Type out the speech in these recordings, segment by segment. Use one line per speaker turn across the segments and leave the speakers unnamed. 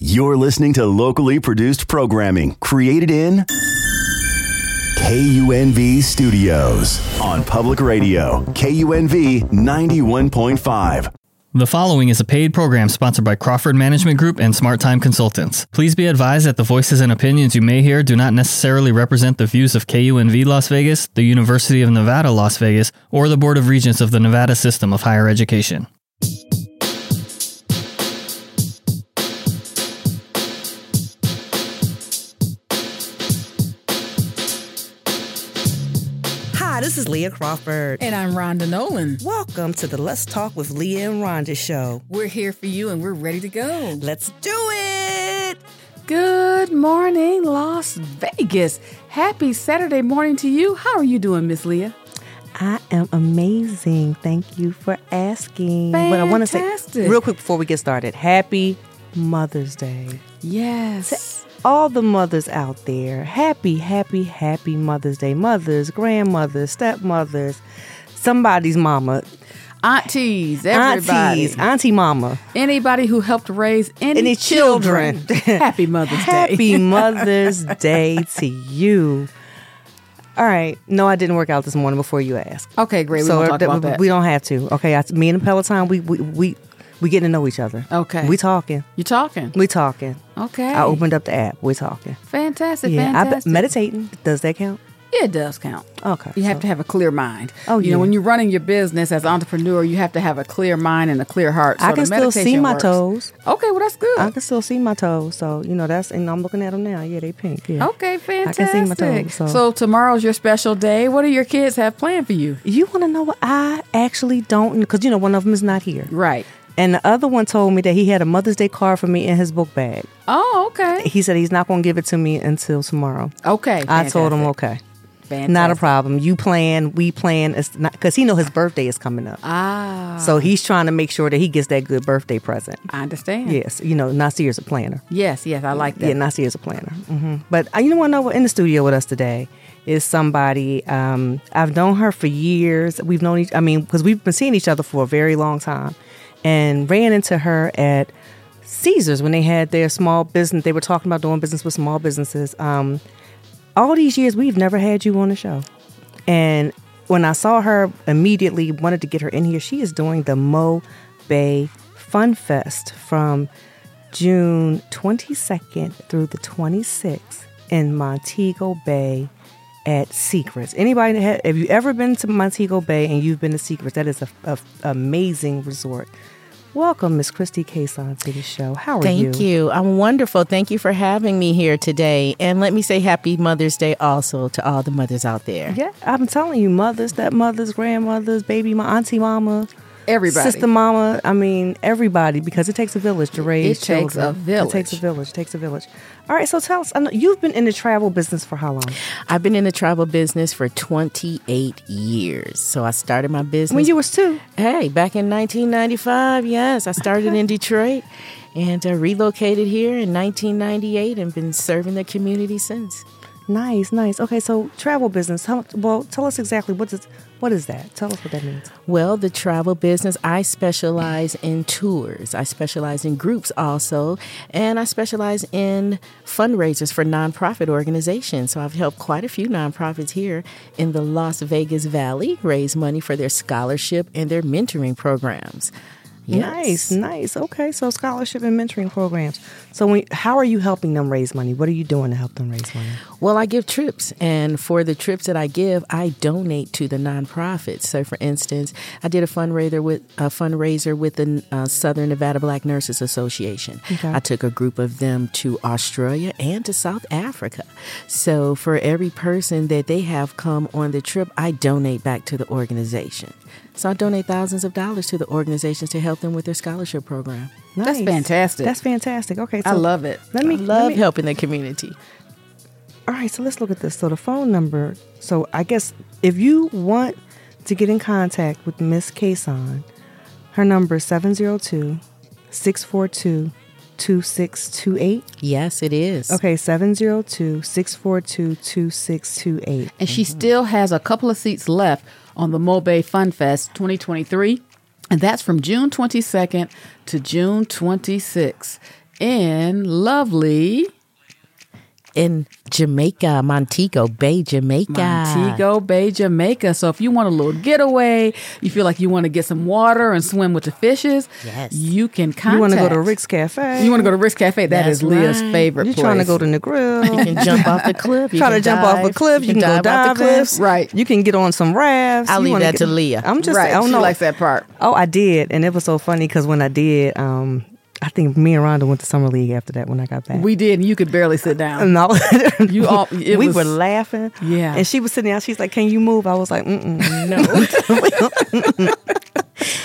You're listening to locally produced programming created in KUNV Studios on public radio, KUNV 91.5.
The following is a paid program sponsored by Crawford Management Group and Smart Time Consultants. Please be advised that the voices and opinions you may hear do not necessarily represent the views of KUNV Las Vegas, the University of Nevada, Las Vegas, or the Board of Regents of the Nevada System of Higher Education.
Hi, this is Leah Crawford.
And I'm Rhonda Nolan.
Welcome to the Let's Talk with Leah and Rhonda show.
We're here for you and we're ready to go.
Let's do it.
Good morning, Las Vegas. Happy Saturday morning to you. How are you doing, Miss Leah?
I am amazing. Thank you for asking. But I want to say
Fantastic.
real quick before we get started, happy Mother's Day.
Yes.
All the mothers out there, happy, happy, happy Mother's Day. Mothers, grandmothers, stepmothers, somebody's mama,
Aunties, everybody.
aunties, auntie mama,
Anybody who helped raise any,
any children.
Happy Mother's Day.
Happy Mother's Day to you. All right. No, I didn't work out this morning before you asked.
Okay, great. We
so
won't talk
that-
about that.
we don't have to. Okay, I, me and the Peloton, we we we we getting to know each other.
Okay.
we talking.
You talking?
We talking.
Okay.
I opened up the app. We talking.
Fantastic.
Yeah, I
fantastic.
be, meditating. Does that count?
Yeah, it does count.
Okay,
You have
so-
to have a clear mind.
Oh,
you know,
yeah.
when you're running your business as an entrepreneur, you have to have a clear mind and a clear heart. So
I
the
can still see
meditation
my
works.
toes.
Okay, well that's good.
I can still see my toes. So you know that's and I'm looking at them now. Yeah, they pink. Yeah.
Okay, fantastic.
I can see my toes. So,
tomorrow's your special day. What do your kids have planned for you?
you want to know what I actually don't? Because you know one of them is not here,
Right.
and the other one told me that he had a Mother's Day card for me in his book bag.
Oh, okay.
He said he's not going to give it to me until tomorrow.
Okay.
I told him
fantastic.
okay.
Fantastic.
Not a problem. You plan, we plan. It's not because he know his birthday is coming up,
Ah,
so he's trying to make sure that he gets that good birthday present.
I understand.
Yes, you know, Nasir is a planner.
Yes, yes, I like
Yeah,
that.
Nasir is a planner. hmm But uh, you know what? No, in the studio with us today is somebody um, I've known her for years. We've known each. I mean, because we've been seeing each other for a very long time, and ran into her at Caesars when they had their small business. They were talking about doing business with small businesses. Um, all these years we've never had you on the show and when i saw her immediately wanted to get her in here she is doing the mo bay fun fest from june 22nd through the 26th in montego bay at secrets anybody that had, have you ever been to montego bay and you've been to secrets that is a, a amazing resort welcome miss christy Kason to the show how are you
Thank you. I'm wonderful. Thank you for having me here today. And let me say happy Mother's Day also to all the mothers out there.
Yeah, I'm telling you, mothers, stepmothers, grandmothers, baby, my auntie, mama,
Everybody.
sister, mama. I mean, everybody, because it takes a village to raise.
It takes a
children. It takes a
village.
village. It takes a village. All right, so tell us. I know you've been in the travel business for how long?
I've been in the travel business for 28 years. So I started my business
When you was two.
Hey, back in 1995, yes, I started in Detroit and uh, relocated here in 1998 and been serving the community since.
Nice, nice. Okay, so travel business. How, well, tell us exactly what is what is that? Tell us what that means.
Well, the travel business, I specialize in tours. I specialize in groups also, and I specialize in fundraisers for nonprofit organizations. So I've helped quite a few nonprofits here in the Las Vegas Valley raise money for their scholarship and their mentoring programs.
Nice, nice. Okay, so scholarship and mentoring programs. So, when, how are you helping them raise money? What are you doing to help them raise money?
Well, I give trips, and for the trips that I give, I donate to the nonprofits. So, for instance, I did a fundraiser with a fundraiser with the uh, Southern Nevada Black Nurses Association. I took a group of them to Australia and to South Africa. So, for every person that they have come on the trip, I donate back to the organization. So, I donate thousands of dollars to the organizations to help them with their scholarship program.
That's
Nice.
fantastic.
That's fantastic. Okay, so
I love it.
Let me
I
let
love
me-
helping the community.
All right, so let's look at this. So the phone number. So I guess if you want to get in contact with Miss Kason, her number is 702-642-2628.
Yes, it is.
Okay, 702-642-2628.
And she still has a couple of seats left on the Mobay Fun Fest 2023. And that's from June 22nd to June 26th. in lovely
in Jamaica, Montego Bay, Jamaica.
Montego Bay, Jamaica. So if you want a little getaway, you feel like you want to get some water and swim with the fishes,
Yes.
you can contact.
You want to go to Rick's Cafe.
You want to go to Rick's Cafe? That's
That's
Leah's
right.
favorite
You're
place.
trying to go to Negril.
You can jump off the cliff. You
try
can
to jump off a
dive,
cliff. You can, go
dive
diving.
off the cliffs.
Right.
You can get on some rafts.
I'll
You
leave
wanna
that
get-
to Leah.
I'm just.
right.
I don't
she
know.
likes that part.
Oh, I did, and it was so funny because when I did, um, I think me and Rhonda went to summer league after that when I got back.
We did, and you could barely sit down.
no,
You all- it
we
was-
were laughing.
Yeah.
and she was sitting down. She's like, "Can you move?" I was like, Mm-mm, "No."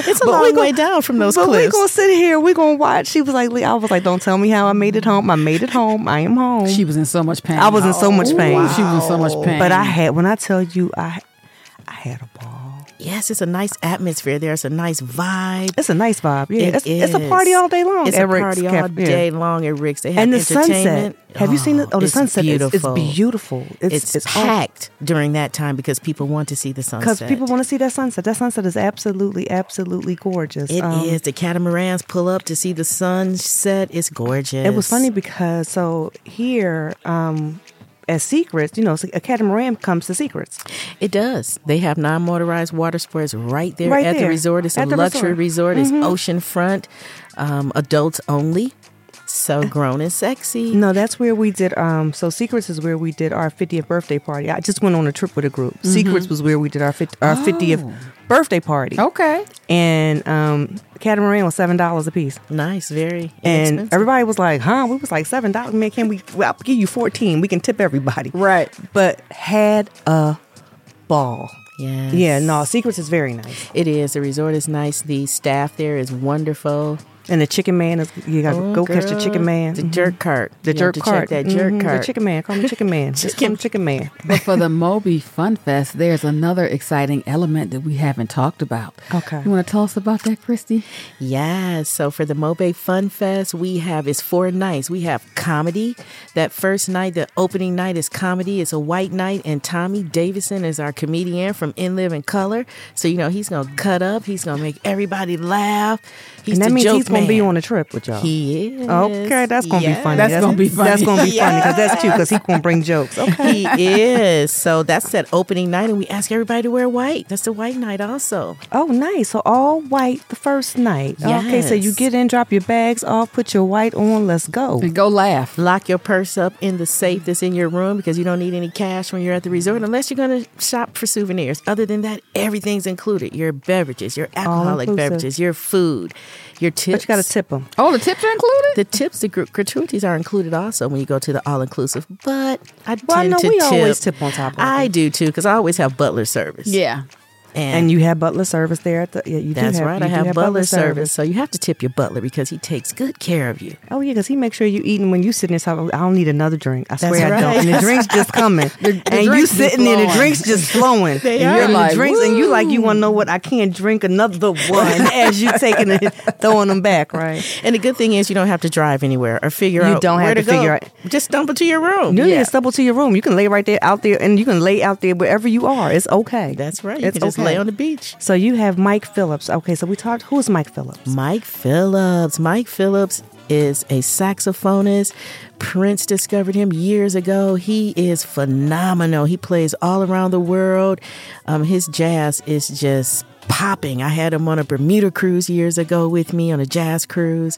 It's
But
a
we
long
go-
way down from those
but we're
cliffs.
gonna sit here. We're gonna watch. She was like, "Lee," I was like, "Don't tell me how I made it home. I made it home. I am home."
She was in so much pain. Oh,
I was in so much pain.
She was in so much pain.
But I had when I tell you, I I had a ball.
yes, it's a nice atmosphere. There's a nice vibe.
It's a nice vibe. Yeah,
It
it's, it's a
is.
party all day long.
It's
at
a
Rick's
party all
Cafe. Yeah.
day long at Rick's. They have
And the sunset.
entertainment.
Have you seen it? Oh, the
it's
sunset is- It's,
Beautiful.
beautiful. It's,
It's,
all-
packed during that time because people want to see the sunset.
Because people want to see that sunset. That sunset is absolutely, absolutely gorgeous.
It is
Um,
The catamarans pull up to see the sunset. It's gorgeous.
It was funny because so here um, at Secrets, you know, it's like a catamaran comes to Secrets.
It does. They have non-motorized water sports right there
Right
at the
there.
resort. It's
At
a
the
luxury
resort. Mm-hmm.
resort. It's oceanfront, um, adults only, so grown and sexy.
No, that's where we did. Um, so Secrets is where we did our 50th birthday party. I just went on a trip with a group.
Mm-hmm.
Secrets was where we did our 50, our
Oh.
50th birthday party.
okay.
And um, catamaran was seven dollars a piece.
Nice, very
And
inexpensive.
everybody was like, "Huh?" We was like, seven dollars, man. Can we? Well, I'll give you fourteen. We can tip everybody."
Right.
But had a ball.
Yes.
Yeah. No, Secrets is very nice.
It is. The resort is nice. The staff there is wonderful.
And the chicken man is. You gotta
Oh,
go catch the chicken
girl.
man. Mm-hmm.
The jerk cart.
The
You have
jerk
to
cart.
Check that jerk
Mhm,
cart.
The chicken man. Call him chicken man. Just call him chicken man.
But for the Moby Fun Fest, there's another exciting element that we haven't talked about.
Okay.
You want to tell us about that, Christy?
Yes. So for the Mobe Fun Fest, we have it's four nights. We have comedy. That first night, the opening night is comedy. It's a white night, and Tommy Davison is our comedian from In Living Color. So you know he's gonna cut up. He's gonna make everybody laugh. He's
And that
the
means
joke
he's gonna be
man.
on a trip with y'all.
He is.
Okay, that's gonna be
Yes.
funny.
That's gonna be funny.
That's gonna be funny because that's cute because he gonna bring jokes. Okay.
he is. So that's that opening night, and we ask everybody to wear white. That's the white night also.
Oh, nice. So all white the first night. Okay, so you
Yes.
get in, drop your bags off, put your white on, let's go.
And go laugh.
Lock your purse up in the safe that's in your room because you don't need any cash when you're at the resort unless you're going to shop for souvenirs. Other than that, everything's included your beverages, your alcoholic
inclusive.
beverages, your food, your tips.
But you gotta tip them.
Oh, the tips are included?
The tips, the gr- gratuities are included also when you go to the all inclusive. But I
Well, I
tend
know
to
we
tip.
always tip on top of
I
it.
do too because I always have butler service.
yeah.
And you have butler service there. At the, yeah, you
That's
do have,
right.
you
I
do
have butler service. So you have to tip your butler because he takes good care of you.
Oh yeah, because he makes sure you eating when you sitting inside. I don't need another drink. I swear I
right.
don't. And the drinks just coming, and you
drinks just
sitting there, the
flowing.
drinks just flowing.
They
and
are.
you're
Like,
the drinks, and you like you want to know what I can't drink another one as you taking it, throwing them back, right?
And the good thing is you don't have to drive anywhere or figure
You
out
don't have
where
to
go.
figure out-
Just stumble to your room.
You need to stumble to your room. You can lay right there out there, and you can lay out there wherever you are. It's okay.
That's right. You
It's
can just lay on the beach.
So you have Mike Phillips. Okay, so we talked. Who is Mike Phillips?
Mike Phillips. Mike Phillips is a saxophonist. Prince discovered him years ago. He is phenomenal. He plays all around the world. Um, his jazz is just popping. I had him on a Bermuda cruise years ago with me on a jazz cruise.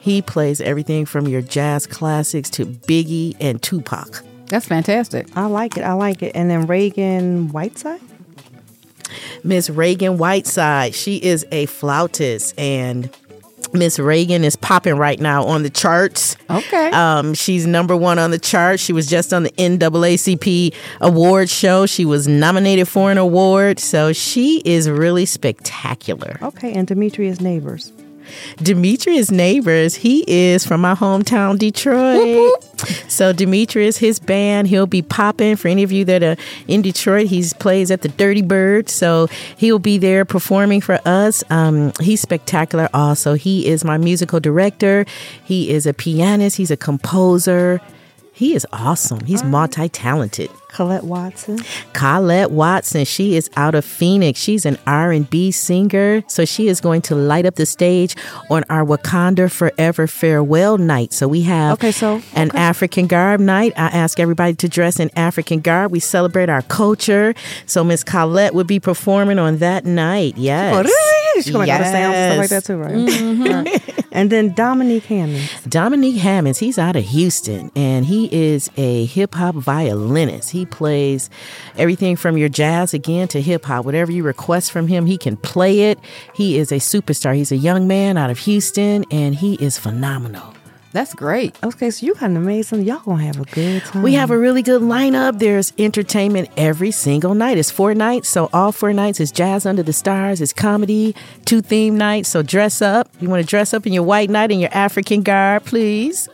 He plays everything from your jazz classics to Biggie and Tupac.
That's fantastic.
I like it. I like it. And then Reagan Whiteside.
Miss Reagan Whiteside. She is a flautist and Miss Reagan is popping right now on the charts.
Okay.
Um, she's number one on the chart. She was just on the NAACP award show. She was nominated for an award. So she is really spectacular.
Okay, and Demetrius Neighbors.
Demetrius Neighbors, he is from my hometown, Detroit. So Demetrius, his band, he'll be popping for any of you that are in Detroit. He plays at the Dirty Bird, so he'll be there performing for us. Um, he's spectacular. Also, he is my musical director. He is a pianist. He's a composer. He is awesome. He's multi talented.
Colette Watson.
Colette Watson. She is out of Phoenix. She's an R&B singer, so she is going to light up the stage on our Wakanda Forever farewell night. So we have
Okay, so-
an African garb night. I ask everybody to dress in African garb. We celebrate our culture. So Miss Colette will be performing on that night.
Oh,
Yes.
She's gonna go to sound and stuff like
Yes. Mm-hmm.
that too, right? and then Dominique Hammond.
Dominique Hammonds, he's out of Houston and he is a hip hop violinist. He plays everything from your jazz again to hip hop. Whatever you request from him, he can play it. He is a superstar. He's a young man out of Houston and he is phenomenal.
That's great.
Okay, so you got an amazing. Y'all gonna have a good time.
We have a really good lineup. There's entertainment every single night. It's four nights, so all four nights is jazz under the stars, it's comedy, two theme nights. So dress up. You want to dress up in your white night and your African garb, please.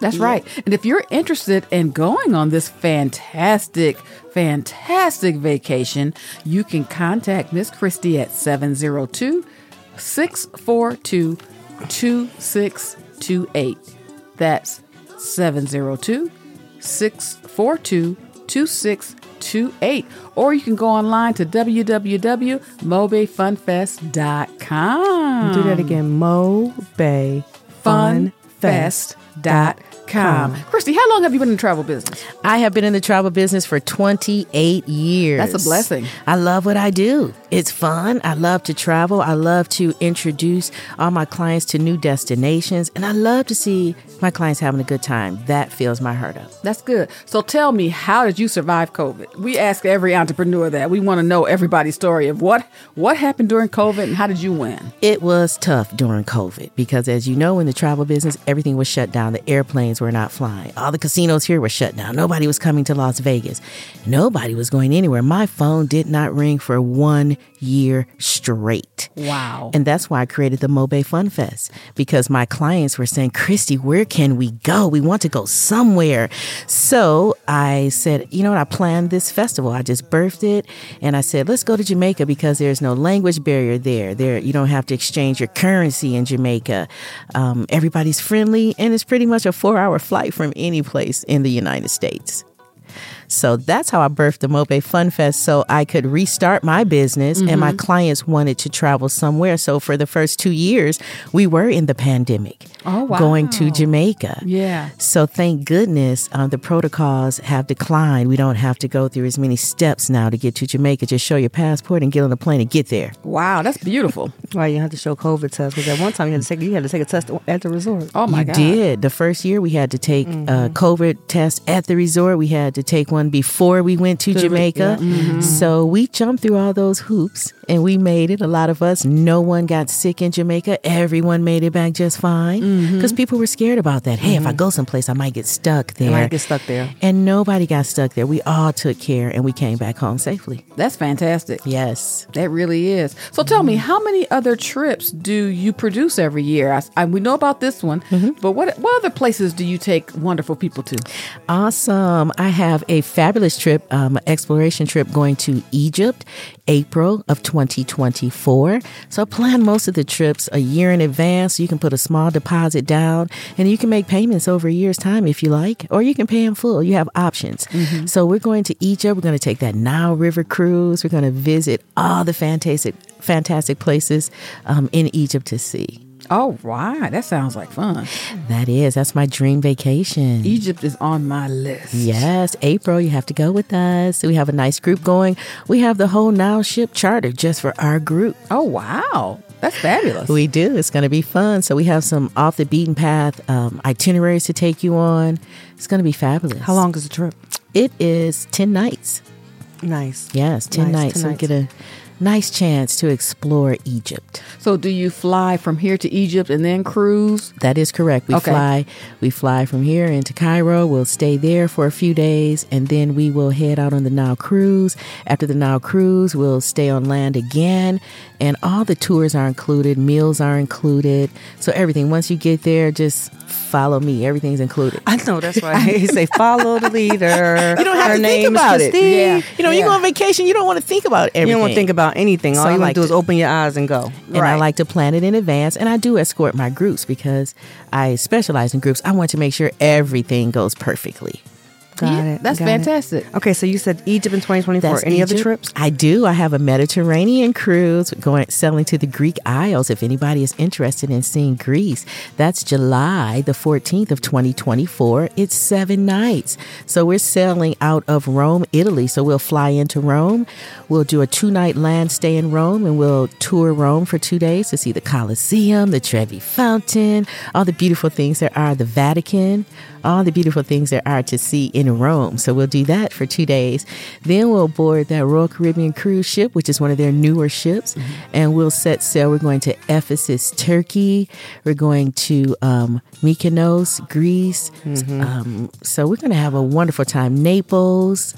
That's right. And if you're interested in going on this fantastic, fantastic vacation, you can contact Miss Christie at 702 642 2628. That's 702 642 2628. Or you can go online to www.mobefunfest.com.
do
Um,
that again. Mo Bay
funfest.com. Christy, how long have you been in the travel business?
I have been in the travel business for 28 years.
That's a blessing.
I love what I do. It's fun. I love to travel. I love to introduce all my clients to new destinations. And I love to see my clients having a good time. That fills my heart up.
That's good. So tell me, how did you survive COVID? We ask every entrepreneur that. We want to know everybody's story of what what happened during COVID and how did you win?
It was tough during COVID because, as you know, in the travel business, everything was shut down. The airplanes were not flying. All the casinos here were shut down. Nobody was coming to Las Vegas. Nobody was going anywhere. My phone did not ring for one year straight.
Wow.
And that's why I created the Mobe Fun Fest because my clients were saying, Christy, where can we go? We want to go somewhere. So I said, you know what? I planned this festival. I just birthed it and I said, let's go to Jamaica because there's no language barrier there. There, you don't have to exchange your currency in Jamaica. Um, everybody's friendly and it's pretty much a four hour flight from any place in the United States. So that's how I birthed the Mobe Fun Fest so I could restart my business and
Mm-hmm.
my clients wanted to travel somewhere. So for the first two years, we were in the pandemic.
Oh, wow.
Going to Jamaica.
Yeah.
So thank goodness um, the protocols have declined. We don't have to go through as many steps now to get to Jamaica. Just show your passport and get on the plane and get there.
Wow, that's beautiful.
Right, you have to show COVID test because at one time you had to take you had to take a test at the resort.
Oh my
you
god.
did. The first year we had to take a COVID test at the resort. We had to take one before we went to Jamaica. So we jumped through all those hoops and we made it. A lot of us, no one got sick in Jamaica. Everyone made it back just fine because people were scared about that. Hey, if I go someplace, I might get stuck there.
might get stuck there.
And nobody got stuck there. We all took care and we came back home safely.
That's fantastic.
Yes.
That really is. So tell me, how many other trips do you produce every year? I, I- we know about this one, but what what other places do you take wonderful people to?
Awesome. I have a fabulous trip, um, exploration trip going to Egypt, April of 2024. So I plan most of the trips a year in advance. You can put a small deposit down and you can make payments over a year's time if you like, or you can pay in full. You have options. So we're going to Egypt. We're going to take that Nile River cruise. We're going to visit all the fantastic, fantastic places um, in Egypt to see.
Oh, wow. That sounds like fun.
That is, that's my dream vacation.
Egypt is on my list.
Yes, April, you have to go with us. We have a nice group going. We have the whole Nile ship charter just for our group.
Oh, wow. That's fabulous.
We do. It's going to be fun. So we have some off the beaten path um, itineraries to take you on. It's going to be fabulous.
How long is the trip?
It is 10 nights.
Nice.
Yes, 10
Nice,
nights.
10
So we
nights.
get a nice chance to explore Egypt.
So do you fly from here to Egypt and then cruise?
That is correct. We
Okay.
fly we fly from here into Cairo. We'll stay there for a few days and then we will head out on the Nile cruise. After the Nile cruise, we'll stay on land again and all the tours are included, meals are included. So everything once you get there, just follow me. Everything's included.
I know that's right. He say follow the leader.
You don't have
Her
to
name
think
is
about it.
Christine.
You know, you go on vacation, you don't want to think about everything.
You don't want to think about about anything. All
So
you
I
want
liked
to do is
it.
open your eyes and go.
and I like to plan it in advance. And I do escort my groups because I specialize in groups. I want to make sure everything goes perfectly.
Got
Yeah,
it,
That's
got it.
fantastic.
Okay, so you said Egypt in 2024.
That's
Any other
Egypt.
trips?
I do. I have a Mediterranean cruise going sailing to the Greek Isles. If anybody is interested in seeing Greece, that's July the 14th of 2024. It's seven nights. So we're sailing out of Rome, Italy. So we'll fly into Rome. We'll do a two night land stay in Rome and we'll tour Rome for two days to see the Colosseum, the Trevi Fountain, all the beautiful things there are, the Vatican, all the beautiful things there are to see in Rome. So we'll do that for two days. Then we'll board that Royal Caribbean cruise ship, which is one of their newer ships,
Mm-hmm.
and we'll set sail. We're going to Ephesus, Turkey. We're going to um, Mykonos, Greece.
Mm-hmm.
Um, so we're going to have a wonderful time. Naples.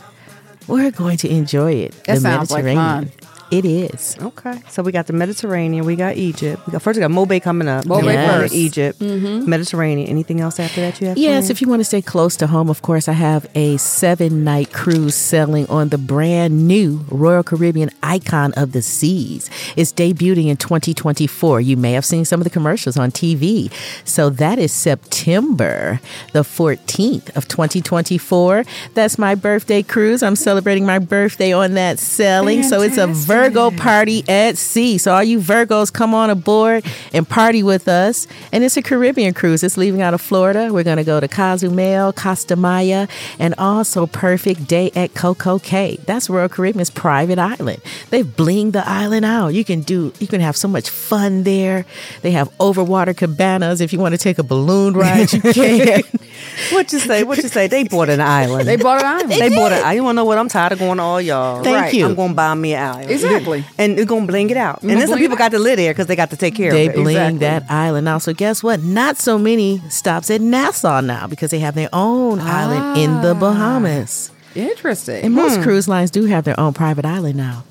We're going to enjoy it.
That sounds like
Mediterranean. It is.
Okay, so we got the Mediterranean, we got Egypt. We got first, we got Mobe coming up.
Mobe
Then we'll go to
first.
Egypt, Mediterranean. Anything else after that you have?
Mm-hmm. Yes,
planned?
if you want to stay close to home, of course, I have a seven night cruise sailing on the brand new Royal Caribbean Icon of the Seas. It's debuting in 2024. You may have seen some of the commercials on TV. So that is September the 14th of 2024. That's my birthday cruise. I'm celebrating my birthday on that sailing. So it's a Virgo party at sea. So all you Virgos, come on aboard and party with us. And it's a Caribbean cruise. It's leaving out of Florida. We're going to go to Cozumel, Costa Maya, and also perfect day at Coco Cay. That's Royal Caribbean's private island. They've blinged the island out. You can do, you can have so much fun there. They have overwater cabanas. If you want to take a balloon ride, you can.
what you say? What you say? They bought an island.
They bought an island.
They bought it. I don't want to know what I'm tired of going to all y'all.
Thank you.
I'm going to buy me an island.
Exactly.
And it's going to bling it out. And
gonna
then some
bling it
people got to live there because they got to take care
They
of it.
bling that island out. So guess what? Not so many stops at Nassau now because they have their own island in the Bahamas.
Interesting.
And most cruise lines do have their own private island now.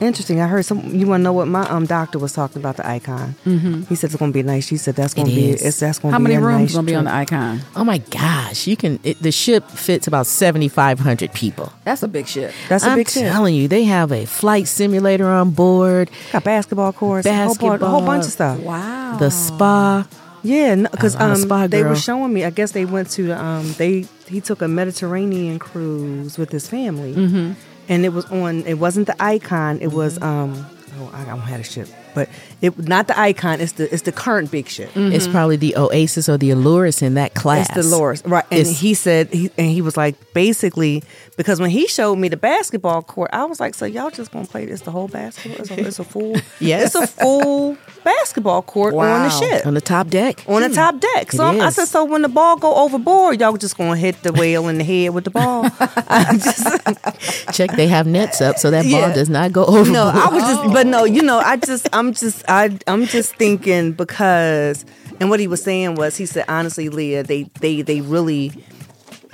Interesting. I heard some. You want to know what my um doctor was talking about the icon? Mm-hmm. He said it's going to be nice. She said that's going to be.
is.
It's that's going to
How
be.
many
a
rooms
nice
gonna be on the
trip.
icon?
Oh my gosh! You can. It, the ship fits about seventy five hundred people.
That's a big ship.
That's a
I'm
big ship.
telling you, they have a flight simulator on board,
Got basketball courts, a whole bu- a whole bunch of stuff.
Wow.
the spa.
Yeah, because
I'm a
um,
spa
they were
girl.
showing me. I guess they went to the, um, they he took a Mediterranean cruise with his family,
Mm-hmm.
and it was on. It wasn't the Icon. It was um. Oh, I don't have a ship, but it not the Icon. It's the it's the current big ship.
It's probably the Oasis or the Allurus in that class.
It's Dolores, right? And
It's-
he said, he, and he was like, basically, because when he showed me the basketball court, I was like, so y'all just gonna play this the whole basketball? It's a, it's a full, it's
Yes.
a full basketball court on the ship,
on the top deck.
on the top deck. So
Hmm. It
I'm- I
is.
said, so when the ball go overboard, y'all just gonna hit the whale in the head with the ball. I just,
Check, they have nets up so that
Yeah.
ball does not go over.
no, I was just, but no, you know, I just, I'm just, I, I'm just thinking because, and what he was saying was, he said, honestly, Leah, they, they, they really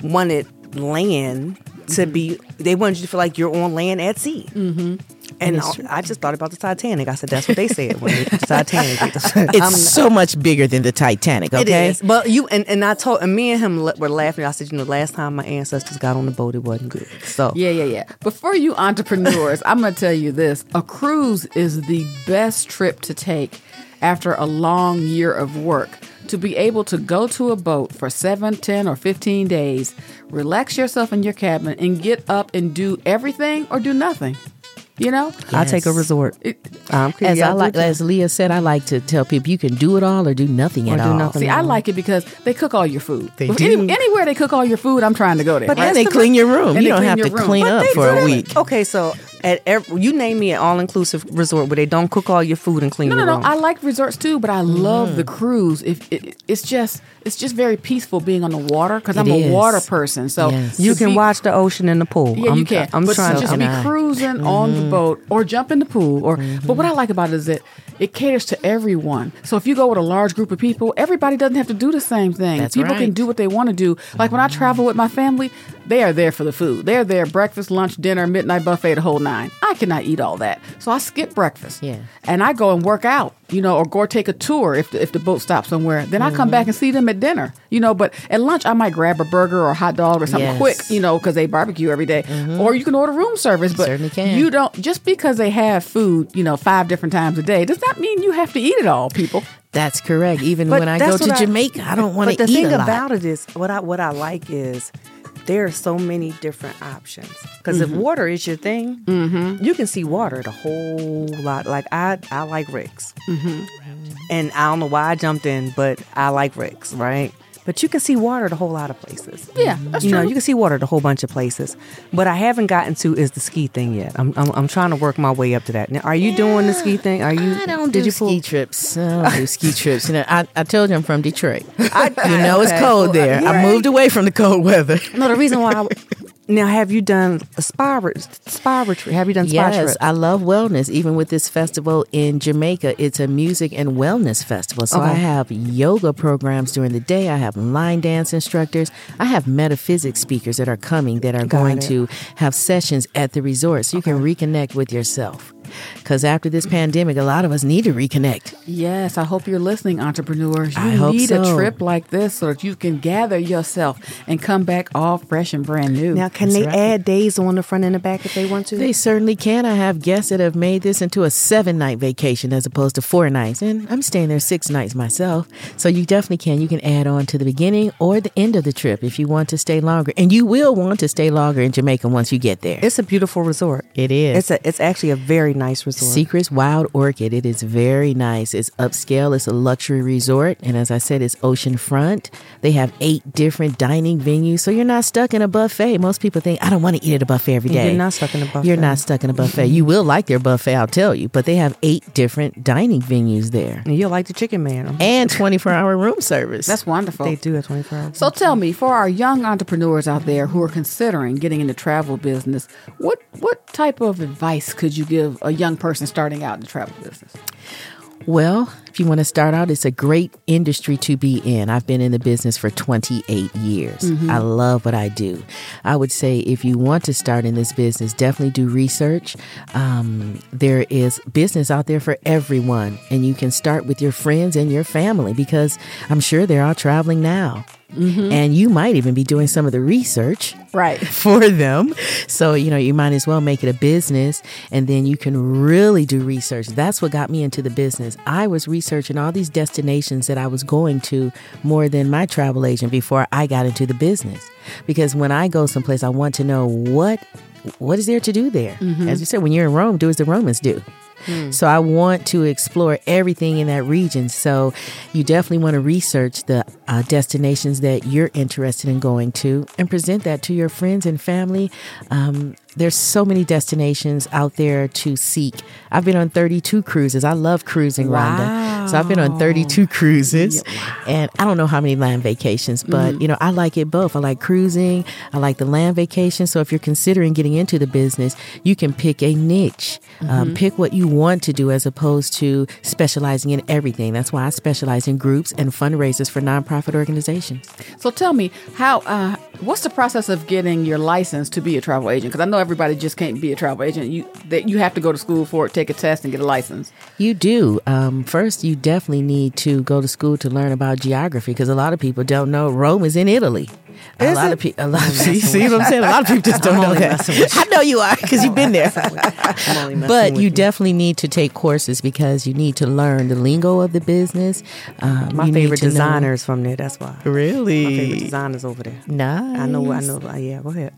wanted land to
Mm-hmm.
be, they wanted you to feel like you're on land at sea. Mm-hmm. And I, I just thought about the Titanic. I said, that's what they said when the Titanic.
It's so much bigger than the Titanic. Okay,
It is. But you and, and I told and me and him la- were laughing. I said, you know, last time my ancestors got on the boat, it wasn't good. So
Yeah, yeah, yeah. But for you entrepreneurs, I'm going to tell you this a cruise is the best trip to take after a long year of work. To be able to go to a boat for 7, 10, or 15 days, relax yourself in your cabin, and get up and do everything or do nothing. You know?
I take a resort. I'm
As I
y'all do
like,
too.
as Leah said, I like to tell people you can do it all or do nothing at
do
all.
nothing.
See, I like it because they cook all your food.
They
If
do.
anywhere they cook all your food, I'm trying to go there.
But
right?
and they
the-
clean your room.
and
You
they
don't
clean
have
your
to
room.
clean
But
up
They do
for a
that.
week.
Okay, so at every, you name me an all inclusive resort where they don't cook all your food and clean
No, no,
your
no.
room.
I like resorts too, but I love
Mm-hmm.
the cruise. If it, it's just, it's just very peaceful being on the water because I'm
It
a water
is.
person. So
Yes.
to
you can
be-
watch the ocean in the pool.
Yeah,
I'm,
you can.
I'm
but
trying
to
to.
just be cruising on the boat or jump in the pool or. But what I like about it is that it caters to everyone. So if you go with a large group of people, everybody doesn't have to do the same thing.
That's
people can
right.
do what they want to do. Like when I travel with my family, They are there for the food. They're there breakfast, lunch, dinner, midnight buffet, the whole nine. I cannot eat all that. So I skip breakfast.
Yeah.
And I go and work out, you know, or go take a tour if the, if the boat stops somewhere. Then I come back and see them at dinner, you know. But at lunch, I might grab a burger or a hot dog or something
Yes.
quick, you know, because they barbecue every day. Or you can order room service. But
Certainly can.
you don't, just because they have food, you know, five different times a day, does not mean you have to eat it all, people.
That's correct. Even
But
when I go
that's
to
what
Jamaica, I don't want to eat
But the thing
a lot.
about it is, what I what I like is there are so many different options. Because
Mm-hmm.
if water is your thing, you can see water the whole lot. Like I I like Rick's,
Mm-hmm.
and I don't know why I jumped in, but I like Rick's, right? But you can see water the whole lot of places.
Yeah, that's
you know
true.
you can see water the whole bunch of places. What I haven't gotten to is the ski thing yet. I'm I'm, I'm trying to work my way up to that. Now, are you doing the ski thing? Are you?
I don't
did
do
you pull-
ski trips. I don't do ski trips. You know, I, I told you I'm from Detroit.
I,
You know, it's
okay.
cold
Well,
there. I
right.
moved away from the cold weather.
No, the reason why. I, now, have you done a spa re- spa retreat? Have you done spa
Yes,
trips?
I love wellness. Even with this festival in Jamaica, it's a music and wellness festival. So I
Okay.
have yoga programs during the day. I have line dance instructors. I have metaphysics speakers that are coming that are going
it.
to have sessions at the resort so you can reconnect with yourself. Because after this pandemic, a lot of us need to reconnect.
Yes, I hope you're listening, entrepreneurs. You
I hope
need a
so.
trip like this so that you can gather yourself and come back all fresh and brand new.
now, can
That's
they
right.
add days on the front and the back if they want to?
They certainly can. I have guests that have made this into a seven night vacation as opposed to four nights. And I'm staying there six nights myself. So you definitely can. You can add on to the beginning or the end of the trip if you want to stay longer. And you will want to stay longer in Jamaica once you get there.
it's a beautiful resort.
It is.
It's a, it's actually a very nice resort.
Secrets Wild Orchid. It is very nice. It's upscale. It's a luxury resort. And as I said, it's oceanfront. They have eight different dining venues. So you're not stuck in a buffet. Most people think, I don't want to eat at a buffet every
You're
day.
not stuck in a buffet.
You're not stuck in a buffet. You will like their buffet, I'll tell you. But they have eight different dining venues there
And You'll like the chicken man.
and 24 hour room service.
That's wonderful.
They do at twenty four hours.
So tell me, for our young entrepreneurs out there who are considering getting in the travel business, what what type of advice could you give a young person starting out in the travel business?
Well, if you want to start out, it's a great industry to be in. I've been in the business for 28 years. I love what I do. I would say if you want to start in this business, definitely do research. Um, there is business out there for everyone, and you can start with your friends and your family because I'm sure they're all traveling now. And you might even be doing some of the research
Right.
for them. So, you know, you might as well make it a business and then you can really do research. That's what got me into the business. I was researching all these destinations that I was going to more than my travel agent before I got into the business. Because when I go someplace, I want to know what what is there to do there. As you said, when you're in Rome, do as the Romans do. So I want to explore everything in that region. So you definitely want to research the uh, destinations that you're interested in going to and present that to your friends and family. Um, there's so many destinations out there to seek. I've been on 32 cruises. I love cruising, Rhonda. So I've been on 32 cruises, and I don't know how many land vacations, but you know I like it both. I like cruising. I like the land vacation. So if you're considering getting into the business, you can pick a niche, um, pick what you want to do as opposed to specializing in everything. That's why I specialize in groups and fundraisers for nonprofit organizations.
So tell me, how uh, what's the process of getting your license to be a travel agent? Because I know everybody just can't be a travel agent. You that you have to go to school for it, take a test, and get a license.
You do. Um, first, you definitely need to go to school to learn about geography because a lot of people don't know Rome is in Italy. a
Is
lot
it?
of people, a lot of see, see what I'm saying. A lot of people just don't know that. I know you are because you've been there. but you definitely need to take courses because you need to learn the lingo of the business. Um,
My
you need
favorite
to know-
designers from there. That's why.
Really,
My favorite designers over there.
Nice.
I know. I know. Yeah. Go ahead.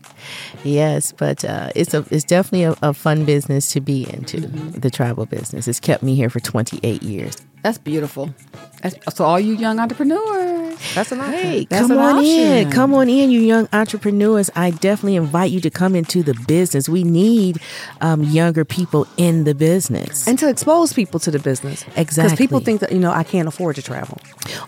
Yes, but uh, it's a it's definitely a, a fun business to be into. The travel business. It's kept me here for 28 years.
That's beautiful. That's, so all you young entrepreneurs,
That's an option.
Hey,
That's
come
an
on in.
option.
Come on in, you young entrepreneurs. I definitely invite you to come into the business. We need um, younger people in the business.
and to expose people to the business. Because
Exactly.
people think that you know I can't afford to travel.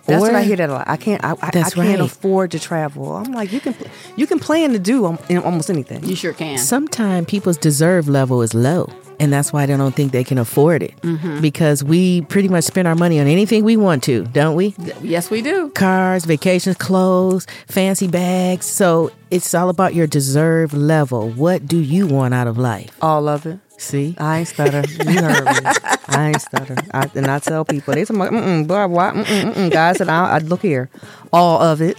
That's what
Or-
I hear that a lot. I can't. I, I,
That's
I can't
right.
afford to travel. I'm like you can. pl- You can plan to do um, you know, almost anything.
you sure can.
Sometimes people's deserve level is low. And that's why I don't think they can afford it
Mm-hmm.
because we pretty much spend our money on anything we want to, don't we?
Yes, we do.
Cars, vacations, clothes, fancy bags. So it's all about your deserve level. What do you want out of life?
All of it.
See?
I ain't stutter. You heard me. I ain't stutter. I, and I tell people, they talking about, mm-mm, blah, blah, mm-mm, mm-mm. guys, and I, I look here. All of it.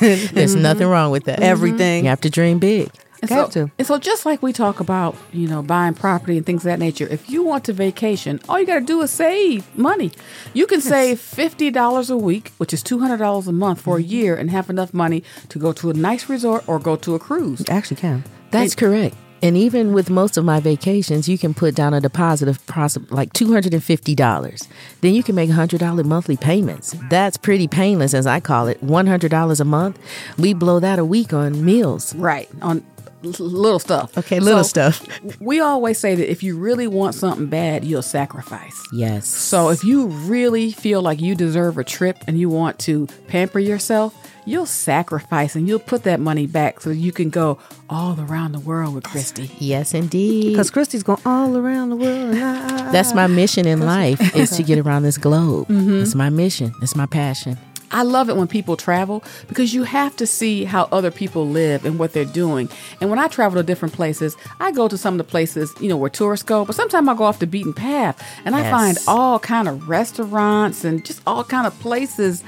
There's
Mm-hmm.
nothing wrong with that.
Everything.
You have to dream big.
And
Got
so,
to.
and so just like we talk about, you know, buying property and things of that nature, if you want to vacation, all you got to do is save money. You can save $50 a week, which is $200 a month for a year and have enough money to go to a nice resort or go to a cruise.
Actually, can.
That's correct. And even with most of my vacations, you can put down a deposit of possi- like two hundred and fifty dollars. Then you can make hundred dollar monthly payments. That's pretty painless, as I call it. One hundred dollars a month. We blow that a week on meals.
Right. On l- little stuff.
Okay, little stuff.
We always say that if you really want something bad, you'll sacrifice.
Yes.
So if you really feel like you deserve a trip and you want to pamper yourself, you'll sacrifice and you'll put that money back so you can go all around the world with Christy.
yes, indeed.
Because Christy's going all around the world. and I- I-
That's my mission in life is to get around this globe. It's my mission. It's my passion.
I love it when people travel because you have to see how other people live and what they're doing. And when I travel to different places, I go to some of the places, you know, where tourists go, but sometimes I go off the beaten path and I
Yes.
find all kind of restaurants and just all kind of places.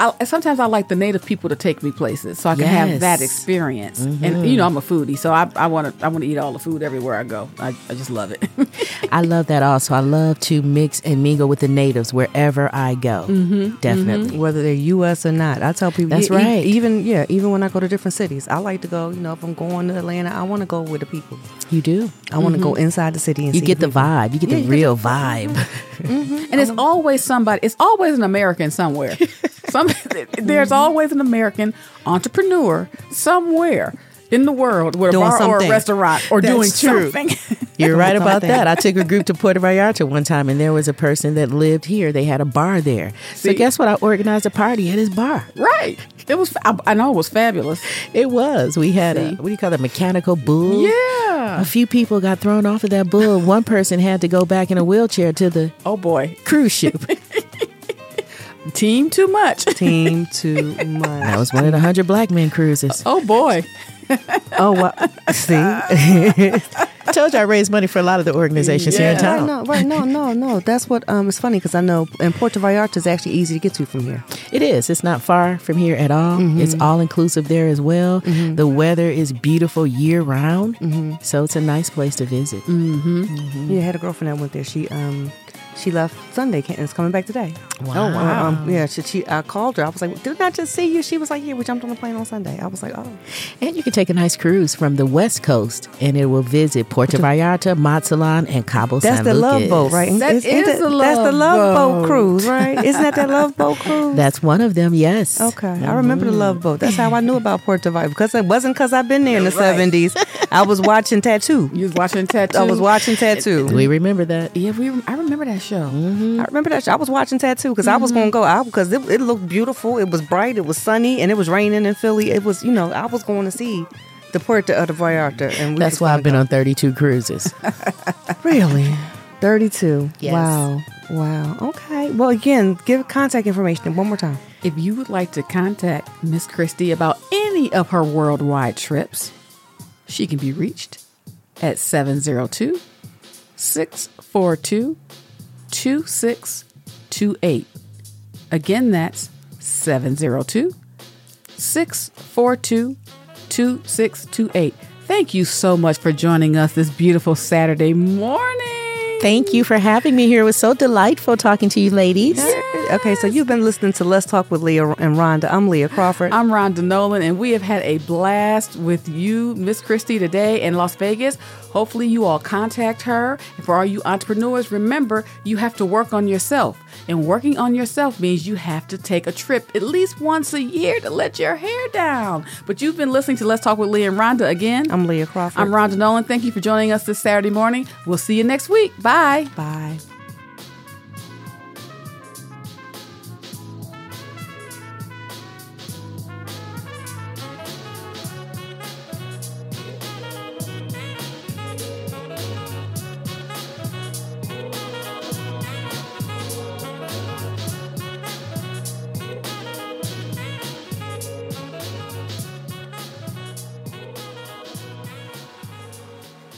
I, and sometimes I like the native people to take me places so I can have
Yes. Mm-hmm.
that experience. And you know, I'm a foodie, so I want to I want to eat all the food everywhere I go. I, I just love it.
I love that also. I love to mix and mingle with the natives wherever I go. Definitely.
whether they're U.S. or not. I tell people
That's
yeah, e-
right.
even yeah, even when I go to different cities, I like to go. You know, if I'm going to Atlanta, I want to go with the people.
You do.
I want to go inside the city and
Mm-hmm. You
see
get the
people.
vibe. You get the real vibe.
And it's always somebody. It's always an American somewhere. Some there's always an American entrepreneur somewhere in the world with
Doing
a bar or
something.
a restaurant or
That's
doing
true.
something.
You're right
That's
about
something.
that. I took a group to Puerto Vallarta one time, and there was a person that lived here. They had a bar there. So
See?
guess what? I organized a party at his bar.
right. It was. I, I know it was fabulous.
It was. We had a
See?
what do you call that? Mechanical bull.
Yeah.
A few people got thrown off of that bull. One person had to go back in a wheelchair to the
Oh boy.
cruise ship.
Team too much.
Team too much.
That was one of the hundred black men cruises.
Oh boy.
oh, well, see,
I told you I raised money for a lot of the organizations here in
Yeah.
right,
town.
no, right, no, no, no. That's what um. It's funny because I know and Puerto Vallarta is actually easy to get to from here.
It is. It's not far from here at all. It's all inclusive there as well. The weather is beautiful year round, so it's a nice place to visit. Mm.
Yeah, I had a girlfriend that went there. She um. She left Sunday and is coming back today.
Wow.
Uh, Um, yeah, she, she. I called her. I was like, "Didn't I just see you?" She was like, "Yeah, we jumped on the plane on Sunday." I was like, "Oh,
And you can take a nice cruise from the west coast, and it will visit Puerto Vallarta, Mazatlan, and Cabo
That's
San
the love
Lucas.
boat, right?
That
It's- ain't
is the
That's the
love
love boat.
boat.
cruise, right? Isn't that that love boat cruise?
That's Mhm. one of them. Yes. Mm-hmm.
okay. I remember the love boat. That's how I knew about Puerto Vallarta because it wasn't because I've been there in the seventies. I was watching Tattoo.
You was watching tattoo.
I was watching Tattoo.
We remember that.
Yeah, we. I remember that show.
Mm-hmm.
I remember that. show. I was watching Tattoo because I was going to go out because it, it looked beautiful. It was bright. It was sunny, and it was raining in Philly. It was, you know, I was going to see the Puerto of the Vallarta, and we
That's
was
why I've
gonna
been on 32 cruises.
go. really thirty-two.
Yes.
Wow. Wow. Okay. Well, again, give contact information one more time.
If you would like to contact Miss Christie about any of her worldwide trips, she can be reached at 702 642 2628. Again, that's 702 642 2628. Thank you so much for joining us this beautiful Saturday morning.
Thank you for having me here. It was so delightful talking to you, ladies.
Okay, so you've been listening to Let's Talk with Leah and Rhonda. I'm Leah Crawford.
I'm Rhonda Nolan, and we have had a blast with you, Miss Christie, today in Las Vegas. Hopefully, you all contact her. And for all you entrepreneurs, remember you have to work on yourself. And working on yourself means you have to take a trip at least once a year to let your hair down. But you've been listening to Let's Talk with Leah and Rhonda again.
I'm Leah Crawford.
I'm Rhonda Nolan. Thank you for joining us this Saturday morning. We'll see you next week. Bye.
Bye.